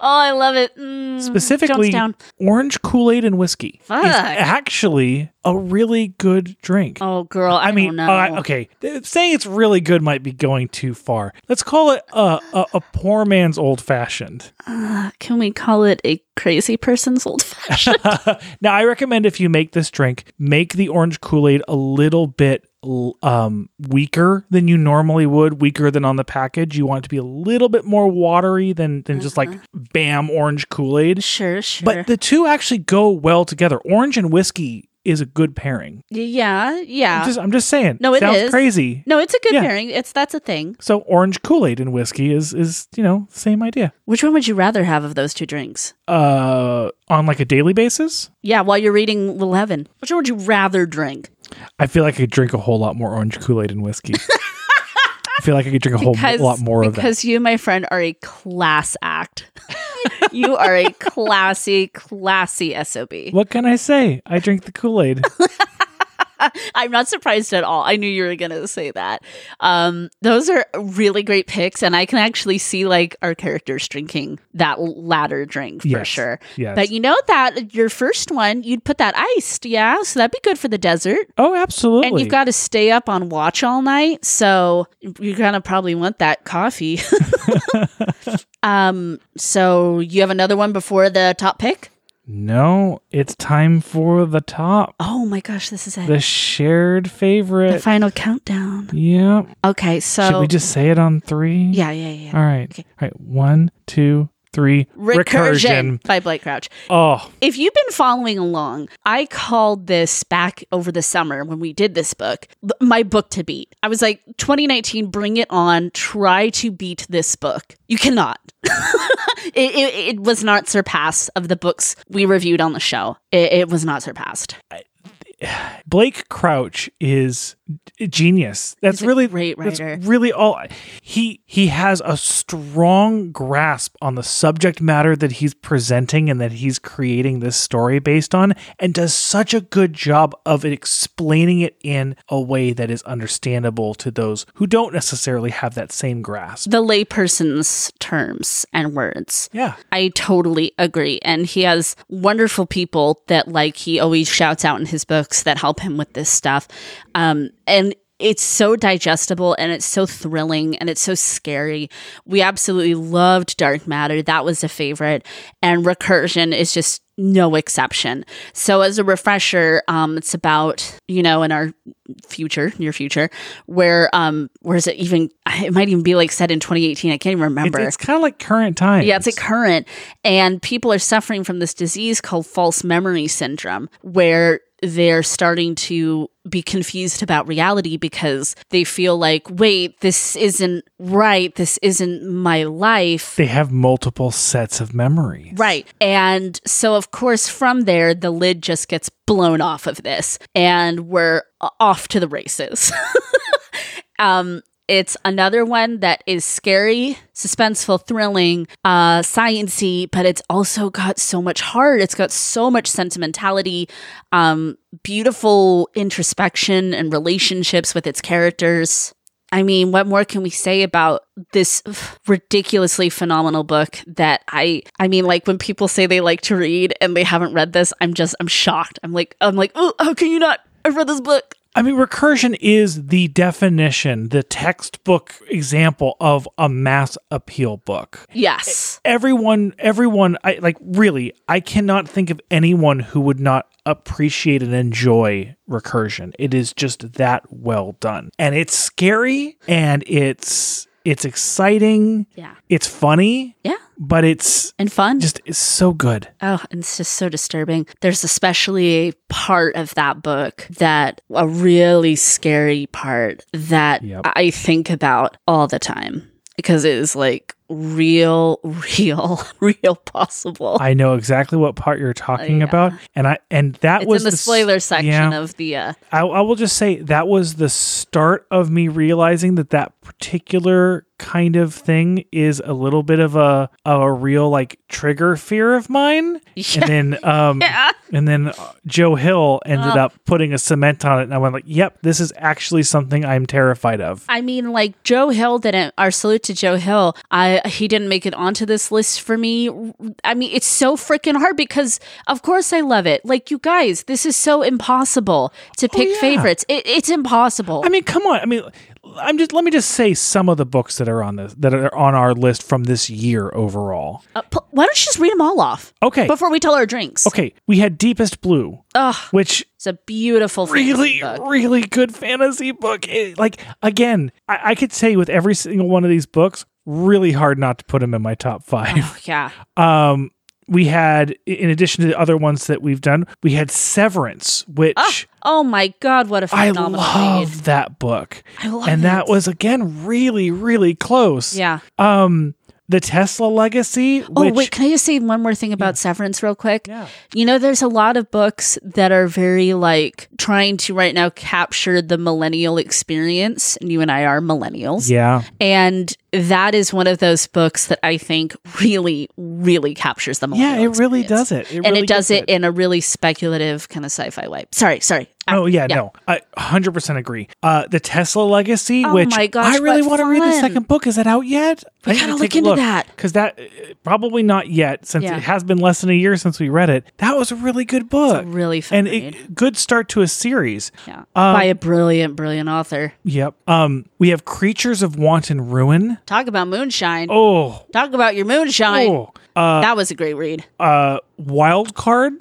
[SPEAKER 1] Oh, I love it. Mm,
[SPEAKER 2] specifically
[SPEAKER 1] Jonestown.
[SPEAKER 2] orange Kool Aid and whiskey.
[SPEAKER 1] Fuck.
[SPEAKER 2] It's actually a really good drink.
[SPEAKER 1] Oh, girl. I,
[SPEAKER 2] I mean,
[SPEAKER 1] don't know.
[SPEAKER 2] uh, okay, th- saying it's really good might be going too far. Let's call it a, a, a poor man's old fashioned.
[SPEAKER 1] Uh, can we call it a crazy person's old fashioned?
[SPEAKER 2] now I recommend if you make this drink, make the orange Kool-Aid a little bit l- um weaker than you normally would, weaker than on the package. You want it to be a little bit more watery than than just like bam orange Kool-Aid.
[SPEAKER 1] sure, Mm-hmm. sure.
[SPEAKER 2] But the two actually go well together. Orange and whiskey is a good pairing.
[SPEAKER 1] yeah, yeah.
[SPEAKER 2] I'm just I'm just saying.
[SPEAKER 1] No, it
[SPEAKER 2] sounds
[SPEAKER 1] is.
[SPEAKER 2] crazy.
[SPEAKER 1] no, it's a good
[SPEAKER 2] Yeah.
[SPEAKER 1] pairing. It's that's a thing.
[SPEAKER 2] So orange Kool-Aid and whiskey is is, you know, same idea.
[SPEAKER 1] Which one would you rather have of those two drinks?
[SPEAKER 2] Uh on like a daily basis,
[SPEAKER 1] Yeah, while you're reading Little Heaven. Which one would you rather drink?
[SPEAKER 2] I feel like I could drink a whole lot more orange Kool Aid and whiskey. I feel like I could drink a whole lot more of that.
[SPEAKER 1] because you, my friend, are a class act. you are a classy, classy SOB.
[SPEAKER 2] What can I say? I drink the Kool Aid.
[SPEAKER 1] I'm not surprised at all. I knew you were going to say that. Um, those are really great picks, and I can actually see like our characters drinking that latter drink for
[SPEAKER 2] Yes.
[SPEAKER 1] sure.
[SPEAKER 2] Yes.
[SPEAKER 1] But you know that your first one, you'd put that iced, yeah. So that'd be good for the desert.
[SPEAKER 2] oh, absolutely.
[SPEAKER 1] And you've got to stay up on watch all night, so you're gonna probably want that coffee. um, so you have another one before the top pick.
[SPEAKER 2] no, it's time for the top,
[SPEAKER 1] Oh my gosh, this is it.
[SPEAKER 2] the shared
[SPEAKER 1] The
[SPEAKER 2] favorite.
[SPEAKER 1] final countdown.
[SPEAKER 2] yeah.
[SPEAKER 1] Okay, so
[SPEAKER 2] Should we just say it on three?
[SPEAKER 1] yeah, yeah, yeah.
[SPEAKER 2] All right. All right. One, two, three.
[SPEAKER 1] Recursion, by Blake Crouch.
[SPEAKER 2] Oh,
[SPEAKER 1] If you've been following along, I called this back over the summer when we did this book, th- my book to beat. I was like, 2019, bring it on. Try to beat this book. You cannot. it, it, it was not surpassed of the books we reviewed on the show. It, it was not surpassed.
[SPEAKER 2] Blake Crouch is g- genius. That's
[SPEAKER 1] He's a
[SPEAKER 2] really
[SPEAKER 1] great writer.
[SPEAKER 2] That's really all he he has a strong grasp on the subject matter that he's presenting and that he's creating this story based on and does such a good job of explaining it in a way that is understandable to those who don't necessarily have that same grasp.
[SPEAKER 1] The layperson's terms and words.
[SPEAKER 2] Yeah.
[SPEAKER 1] I totally agree. And he has wonderful people that like he always shouts out in his books that help him with this stuff. Um, and it's so digestible and it's so thrilling and it's so scary. We absolutely loved Dark Matter. That was a favorite. And Recursion is just no exception. So as a refresher, um, it's about, you know, in our future, near future, where um where is it even it might even be like said in 2018. I can't even
[SPEAKER 2] It's,
[SPEAKER 1] remember.
[SPEAKER 2] it's kind of like current time.
[SPEAKER 1] Yeah, it's a current. And people are suffering from this disease called false memory syndrome, where they're starting to be confused about reality because they feel like, wait, this isn't right. This isn't my life.
[SPEAKER 2] they have multiple sets of memories.
[SPEAKER 1] Right. And so, of course, from there, the lid just gets blown off of this, and we're o- off to the races. um, it's another one that is scary, suspenseful, thrilling, uh, sciency, but it's also got so much heart. It's got so much sentimentality, um, beautiful introspection and relationships with its characters. I mean, what more can we say about this ridiculously phenomenal book that I I mean like when people say they like to read and they haven't read this, I'm just I'm shocked. I'm like I'm like, "Oh, how can you not? I've read this book."
[SPEAKER 2] I mean, recursion is the definition, the textbook example of a mass appeal book.
[SPEAKER 1] Yes.
[SPEAKER 2] Everyone, everyone, I like really, I cannot think of anyone who would not appreciate and enjoy recursion. It is just that well done. And it's scary and it's it's exciting.
[SPEAKER 1] Yeah.
[SPEAKER 2] It's funny.
[SPEAKER 1] Yeah.
[SPEAKER 2] but it's
[SPEAKER 1] and fun.
[SPEAKER 2] just it's so good.
[SPEAKER 1] Oh, and it's just so disturbing. There's especially a part of that book that a really scary part that
[SPEAKER 2] Yep.
[SPEAKER 1] I think about all the time because it is like real, real, real possible.
[SPEAKER 2] I know exactly what part you're talking
[SPEAKER 1] yeah.
[SPEAKER 2] about, and I and that
[SPEAKER 1] it's
[SPEAKER 2] was
[SPEAKER 1] in the
[SPEAKER 2] s-
[SPEAKER 1] spoiler section
[SPEAKER 2] yeah.
[SPEAKER 1] of the. Uh,
[SPEAKER 2] I, I will just say that was the start of me realizing that that particular kind of thing is a little bit of a of a real like trigger fear of mine.
[SPEAKER 1] yeah.
[SPEAKER 2] And then um and then uh, Joe Hill ended
[SPEAKER 1] Ugh.
[SPEAKER 2] up putting a cement on it and I went like, "Yep, this is actually something I'm terrified of."
[SPEAKER 1] I mean, like Joe Hill didn't. Our salute to Joe Hill. I he didn't make it onto this list for me. I mean, it's so freaking hard because, of course, I love it. Like you guys, this is so impossible to pick
[SPEAKER 2] Oh, yeah.
[SPEAKER 1] favorites. It, it's impossible.
[SPEAKER 2] I mean, come on. I mean, I'm just let me just say some of the books that are on this that are on our list from this year overall.
[SPEAKER 1] Uh, pl- why don't you just read them all off
[SPEAKER 2] Okay.
[SPEAKER 1] before we tell our drinks?
[SPEAKER 2] okay, we had Deepest Blue,
[SPEAKER 1] Ugh,
[SPEAKER 2] which
[SPEAKER 1] it's a beautiful fantasy
[SPEAKER 2] really,
[SPEAKER 1] book.
[SPEAKER 2] really good fantasy book. It- like again, I, I could say with every single one of these books, really hard not to put them in my top five.
[SPEAKER 1] Oh, Yeah,
[SPEAKER 2] um, we had, in addition to the other ones that we've done, we had Severance, which
[SPEAKER 1] Oh my god, what a
[SPEAKER 2] I
[SPEAKER 1] phenomenal
[SPEAKER 2] love
[SPEAKER 1] read.
[SPEAKER 2] that book,
[SPEAKER 1] I love
[SPEAKER 2] and
[SPEAKER 1] it.
[SPEAKER 2] that was again really, really close.
[SPEAKER 1] yeah.
[SPEAKER 2] Um, the Tesla Legacy.
[SPEAKER 1] Oh
[SPEAKER 2] which,
[SPEAKER 1] wait, can I just say one more thing about Severance real quick?
[SPEAKER 2] Yeah.
[SPEAKER 1] You know, there's a lot of books that are very like trying to right now capture the millennial experience, and you and I are millennials.
[SPEAKER 2] Yeah.
[SPEAKER 1] And that is one of those books that I think really, really captures the millennial
[SPEAKER 2] Yeah, it really
[SPEAKER 1] experience.
[SPEAKER 2] does it.
[SPEAKER 1] and
[SPEAKER 2] really
[SPEAKER 1] it does it,
[SPEAKER 2] it.
[SPEAKER 1] in a really speculative kind of sci-fi way. Sorry, sorry.
[SPEAKER 2] Oh yeah, no, I 100% agree. Uh, the Tesla Legacy,
[SPEAKER 1] Oh
[SPEAKER 2] which
[SPEAKER 1] my gosh,
[SPEAKER 2] I really
[SPEAKER 1] what
[SPEAKER 2] want to read the
[SPEAKER 1] fun.
[SPEAKER 2] second book. Is that out yet?
[SPEAKER 1] We gotta look into that.
[SPEAKER 2] because that uh, probably not yet, since
[SPEAKER 1] Yeah.
[SPEAKER 2] it has been less than a year since we read it. That was a really good book,
[SPEAKER 1] Really fun.
[SPEAKER 2] Uh, and
[SPEAKER 1] read.
[SPEAKER 2] it, um, good start to a series. Uh,
[SPEAKER 1] yeah. By a brilliant, brilliant author.
[SPEAKER 2] Yep. Um, we have Creatures of Wanton Ruin.
[SPEAKER 1] Talk about moonshine.
[SPEAKER 2] Oh,
[SPEAKER 1] Talk about your moonshine.
[SPEAKER 2] oh, uh,
[SPEAKER 1] that was a great read.
[SPEAKER 2] uh, Wild Card.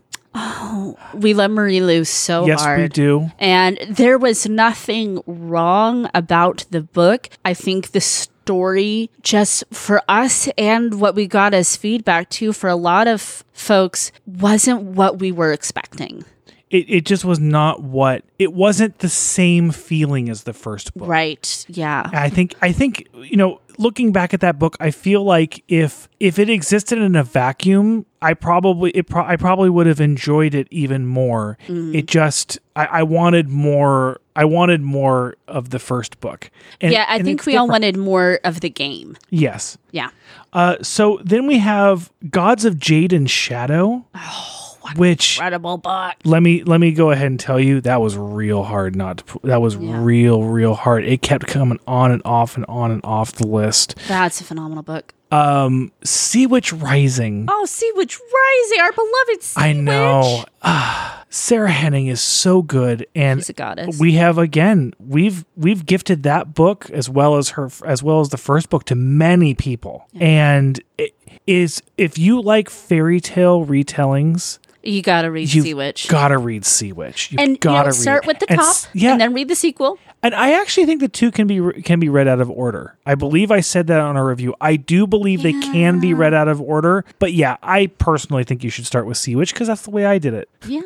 [SPEAKER 1] We love Marie Lou so
[SPEAKER 2] Yes,
[SPEAKER 1] hard.
[SPEAKER 2] we do.
[SPEAKER 1] And there was nothing wrong about the book. I think the story, just for us and what we got as feedback too, for a lot of folks, wasn't what we were expecting.
[SPEAKER 2] it, it just was not what it wasn't the same feeling as the first book
[SPEAKER 1] Right. Yeah.
[SPEAKER 2] i think i think you know looking back at that book i feel like if if it existed in a vacuum i probably it pro- i probably would have enjoyed it even more
[SPEAKER 1] Mm-hmm.
[SPEAKER 2] it just I, I wanted more i wanted more of the first book And-
[SPEAKER 1] yeah. I
[SPEAKER 2] and
[SPEAKER 1] think
[SPEAKER 2] it's
[SPEAKER 1] we all
[SPEAKER 2] different.
[SPEAKER 1] wanted more of the game.
[SPEAKER 2] yes
[SPEAKER 1] Yeah.
[SPEAKER 2] uh so then we have gods of jade and shadow
[SPEAKER 1] Oh,
[SPEAKER 2] which
[SPEAKER 1] Incredible book.
[SPEAKER 2] let me let me go ahead and tell you that was real hard not to pu- that was real real hard it kept coming on and off and on and off the list
[SPEAKER 1] That's a phenomenal book.
[SPEAKER 2] um sea witch rising
[SPEAKER 1] Oh, Sea Witch Rising, our beloved Sea
[SPEAKER 2] i know
[SPEAKER 1] Witch.
[SPEAKER 2] Ah, sarah henning is so good and
[SPEAKER 1] She's a goddess.
[SPEAKER 2] we have again we've we've gifted that book as well as her as well as the first book to many people and it is if you like fairy tale retellings
[SPEAKER 1] you got to read
[SPEAKER 2] You've
[SPEAKER 1] Sea Witch.
[SPEAKER 2] gotta read sea witch you've
[SPEAKER 1] and you
[SPEAKER 2] gotta
[SPEAKER 1] know, start
[SPEAKER 2] read
[SPEAKER 1] with the
[SPEAKER 2] and
[SPEAKER 1] top
[SPEAKER 2] s- yeah
[SPEAKER 1] and then read the sequel.
[SPEAKER 2] And I actually think the two can be can be read out of order. I believe I said that on our review. I do believe they can be read out of order, but yeah, I personally think you should start with Sea Witch because that's the way I did it.
[SPEAKER 1] Yeah.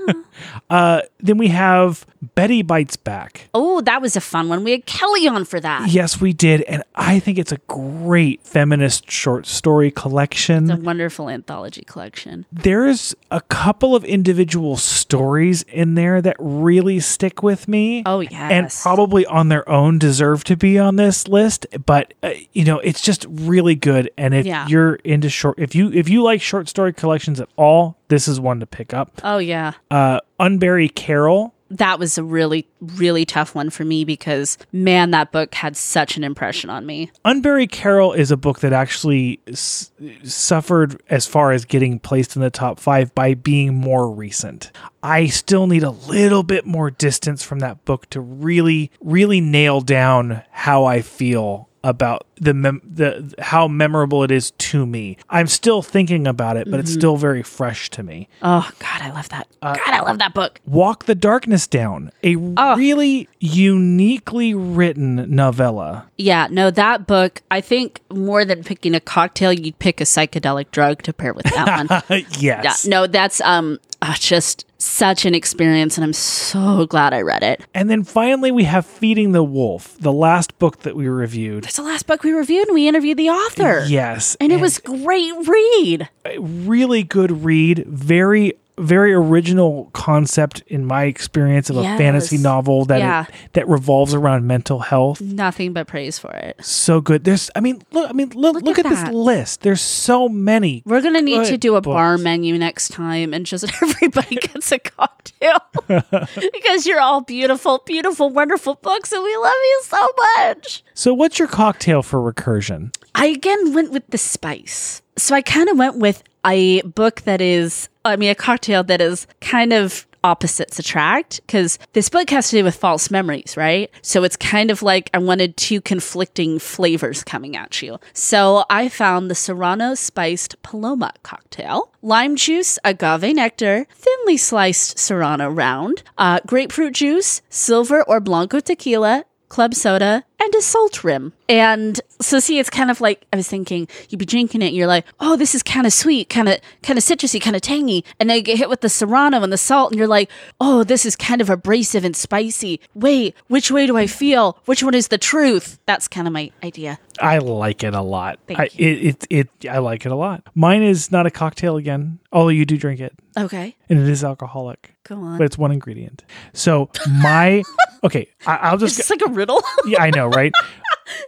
[SPEAKER 2] Uh, then we have Betty Bites Back.
[SPEAKER 1] Oh, that was a fun one. We had Kelly on for that.
[SPEAKER 2] Yes, we did, and I think it's a great feminist short story collection.
[SPEAKER 1] It's a wonderful anthology collection.
[SPEAKER 2] There's a couple of individual stories in there that really stick with me.
[SPEAKER 1] Oh,
[SPEAKER 2] and
[SPEAKER 1] yes.
[SPEAKER 2] probably on their own deserve to be on this list but uh, you know it's just really good and if
[SPEAKER 1] Yeah.
[SPEAKER 2] you're into short if you if you like short story collections at all this is one to pick up
[SPEAKER 1] oh, yeah.
[SPEAKER 2] uh unbury carol
[SPEAKER 1] That was a really, really tough one for me because, man, that book had such an impression on me.
[SPEAKER 2] unbury carol is a book that actually s- suffered as far as getting placed in the top five by being more recent i still need a little bit more distance from that book to really really nail down how i feel about the mem- the how memorable it is to me. I'm still thinking about it, but it's still very fresh to me.
[SPEAKER 1] Oh God, I love that. God, I love that book.
[SPEAKER 2] Walk the Darkness Down, a really uniquely written novella.
[SPEAKER 1] Yeah, no, that book. I think more than picking a cocktail, you'd pick a psychedelic drug to pair with that one. Yeah,
[SPEAKER 2] yes.
[SPEAKER 1] no, that's um ah, just such an experience, and I'm so glad I read it.
[SPEAKER 2] And then finally we have Feeding the Wolf, the last book that we reviewed.
[SPEAKER 1] It's the last book we reviewed, and we interviewed the author.
[SPEAKER 2] Yes.
[SPEAKER 1] and it was great read.
[SPEAKER 2] really good read, very very original concept in my experience of a
[SPEAKER 1] Yes.
[SPEAKER 2] fantasy novel that it-
[SPEAKER 1] Yeah.
[SPEAKER 2] that revolves around mental health.
[SPEAKER 1] Nothing but praise for it.
[SPEAKER 2] So good. There's I mean look I mean look, look,
[SPEAKER 1] at
[SPEAKER 2] at, this
[SPEAKER 1] that.
[SPEAKER 2] list. There's so many.
[SPEAKER 1] We're gonna need to
[SPEAKER 2] Good
[SPEAKER 1] do a bar
[SPEAKER 2] books.
[SPEAKER 1] menu next time, and just everybody gets a cocktail because you're all beautiful, beautiful, wonderful books, and we love you so much.
[SPEAKER 2] So what's your cocktail for recursion?
[SPEAKER 1] I again went with the spice. So I kind of went with a book that is, I mean, a cocktail that is kind of opposites attract because this book has to do with false memories, right? So it's kind of like I wanted two conflicting flavors coming at you. So I found the Serrano spiced Paloma cocktail, lime juice, agave nectar, thinly sliced Serrano round, uh, grapefruit juice, silver or Blanco tequila, club soda, and a salt rim. And so see, it's kind of like I was thinking, you'd be drinking it and you're like, oh, this is kind of sweet, kind of kind of citrusy, kind of tangy. And then you get hit with the serrano and the salt and you're like, oh, this is kind of abrasive and spicy. Wait, which way do I feel? Which one is the truth? That's kind of my idea.
[SPEAKER 2] I like it a lot.
[SPEAKER 1] Thank
[SPEAKER 2] I, It, it it I like it a lot. Mine is not a cocktail again, although you do drink it,
[SPEAKER 1] Okay.
[SPEAKER 2] and it is alcoholic,
[SPEAKER 1] Go on.
[SPEAKER 2] but it's one ingredient. So my okay, I, I'll just
[SPEAKER 1] it's like a riddle.
[SPEAKER 2] yeah, I know, right?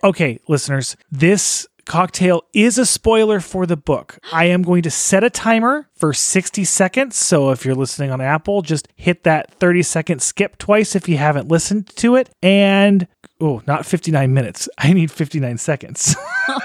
[SPEAKER 2] okay, listeners, this cocktail is a spoiler for the book. I am going to set a timer for 60 seconds. So if you're listening on Apple, just hit that 30 second skip twice if you haven't listened to it. And oh, not 59 minutes. I need 59 seconds.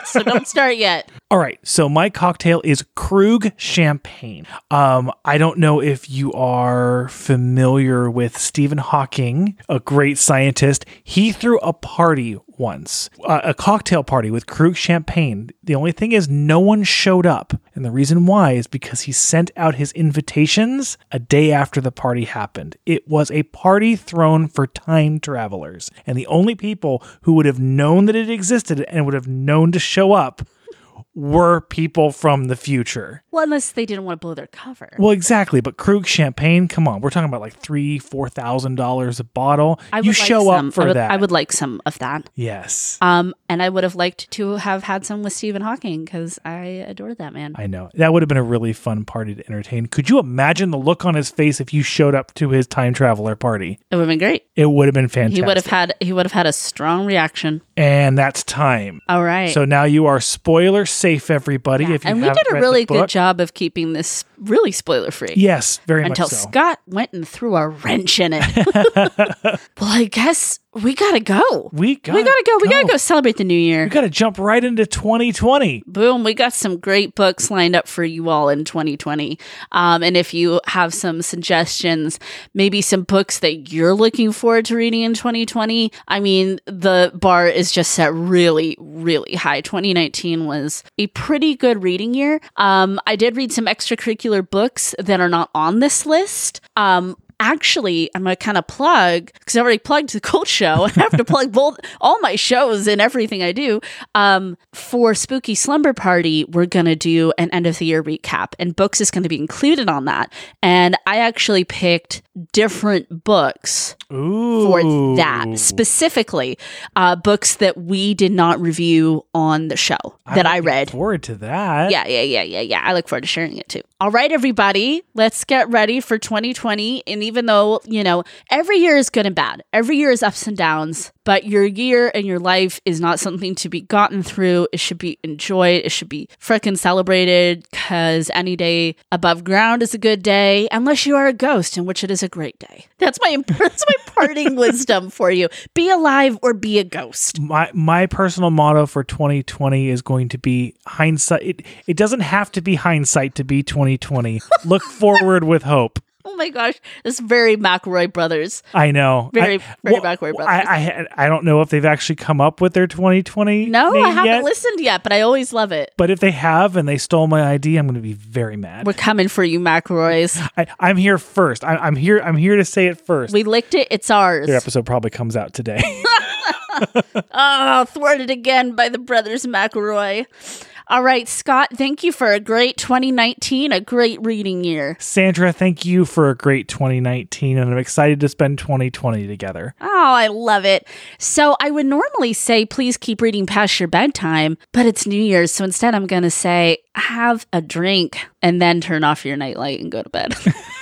[SPEAKER 1] so don't start yet.
[SPEAKER 2] All right, so my cocktail is Krug champagne. Um, I don't know if you are familiar with Stephen Hawking, a great scientist. He threw a party once, uh, a cocktail party with Krug champagne. The only thing is, no one showed up, and the reason why is because he sent out his invitations a day after the party happened. It was a party thrown for time travelers, and the only people who would have known that it existed and would have known to show up were people from the future.
[SPEAKER 1] Well, unless they didn't want to blow their cover.
[SPEAKER 2] Well, exactly. But Krug champagne, come on, we're talking about like three, four thousand dollars a bottle.
[SPEAKER 1] I would
[SPEAKER 2] you
[SPEAKER 1] like
[SPEAKER 2] show
[SPEAKER 1] some-
[SPEAKER 2] up for
[SPEAKER 1] I would,
[SPEAKER 2] that.
[SPEAKER 1] I would like some of that.
[SPEAKER 2] Yes,
[SPEAKER 1] Um, and I would have liked to have had some with Stephen Hawking because I adore that man.
[SPEAKER 2] I know that would have been a really fun party to entertain. Could you imagine the look on his face if you showed up to his time traveler party?
[SPEAKER 1] It would have been great.
[SPEAKER 2] It would have been
[SPEAKER 1] He
[SPEAKER 2] fantastic.
[SPEAKER 1] would have had he would have had a strong reaction.
[SPEAKER 2] and that's time.
[SPEAKER 1] All right.
[SPEAKER 2] So now you are spoiler safe, everybody. if you
[SPEAKER 1] and we
[SPEAKER 2] haven't
[SPEAKER 1] did a
[SPEAKER 2] read the
[SPEAKER 1] really good
[SPEAKER 2] book.
[SPEAKER 1] job of keeping this really spoiler free.
[SPEAKER 2] Yes, very
[SPEAKER 1] Until
[SPEAKER 2] much so.
[SPEAKER 1] Scott went and threw a wrench in it. well, I guess we gotta go.
[SPEAKER 2] we gotta,
[SPEAKER 1] we gotta go. We gotta go celebrate the new year.
[SPEAKER 2] We gotta jump right into 2020.
[SPEAKER 1] boom we got some great books lined up for you all in 2020 um, and if you have some suggestions maybe some books that you're looking forward to reading in 2020 i mean the bar is just set really really high 2019 was a pretty good reading year um, i did read some extracurricular books that are not on this list um, actually I'm gonna kind of plug because I already plugged the cult show. I have to plug both all my shows and everything I do. Um, for Spooky Slumber Party, we're gonna do an end of the year recap, and books is gonna be included on that. And I actually picked different books
[SPEAKER 2] Ooh.
[SPEAKER 1] for that specifically, uh, books that we did not review on the show that I
[SPEAKER 2] looking
[SPEAKER 1] read.
[SPEAKER 2] Forward to that.
[SPEAKER 1] Yeah, yeah, yeah, yeah, yeah. I look forward to sharing it too. All right, everybody, let's get ready for 2020. And even though, you know, every year is good and bad, every year is ups and downs, but your year and your life is not something to be gotten through. It should be enjoyed, it should be frickin' celebrated because any day above ground is a good day, unless you are a ghost, in which it is a great day. That's my, that's my parting wisdom for you be alive or be a ghost.
[SPEAKER 2] My my personal motto for 2020 is going to be hindsight. It, it doesn't have to be hindsight to be 2020. Look forward with hope.
[SPEAKER 1] oh my gosh, this very McElroy brothers.
[SPEAKER 2] I know.
[SPEAKER 1] Very,
[SPEAKER 2] I,
[SPEAKER 1] very
[SPEAKER 2] well,
[SPEAKER 1] McElroy
[SPEAKER 2] I,
[SPEAKER 1] brothers.
[SPEAKER 2] I had- I don't know if they've actually come up with their 2020.
[SPEAKER 1] no,
[SPEAKER 2] name
[SPEAKER 1] I haven't
[SPEAKER 2] yet,
[SPEAKER 1] listened yet, but I always love it.
[SPEAKER 2] But if they have and they stole my ID, I'm going to be very mad.
[SPEAKER 1] We're coming for you, McElroys.
[SPEAKER 2] I, I'm here first. I, I'm here. I'm here to say it first.
[SPEAKER 1] We licked it. It's ours.
[SPEAKER 2] Their episode probably comes out today.
[SPEAKER 1] Oh, thwarted again by the brothers McElroy. All right, Scott, thank you for a great 2019, a great reading year.
[SPEAKER 2] Sandra, thank you for a great 2019, and I'm excited to spend 2020 together.
[SPEAKER 1] Oh, I love it. So, I would normally say, please keep reading past your bedtime, but it's New Year's. So, instead, I'm going to say, have a drink and then turn off your nightlight and go to bed.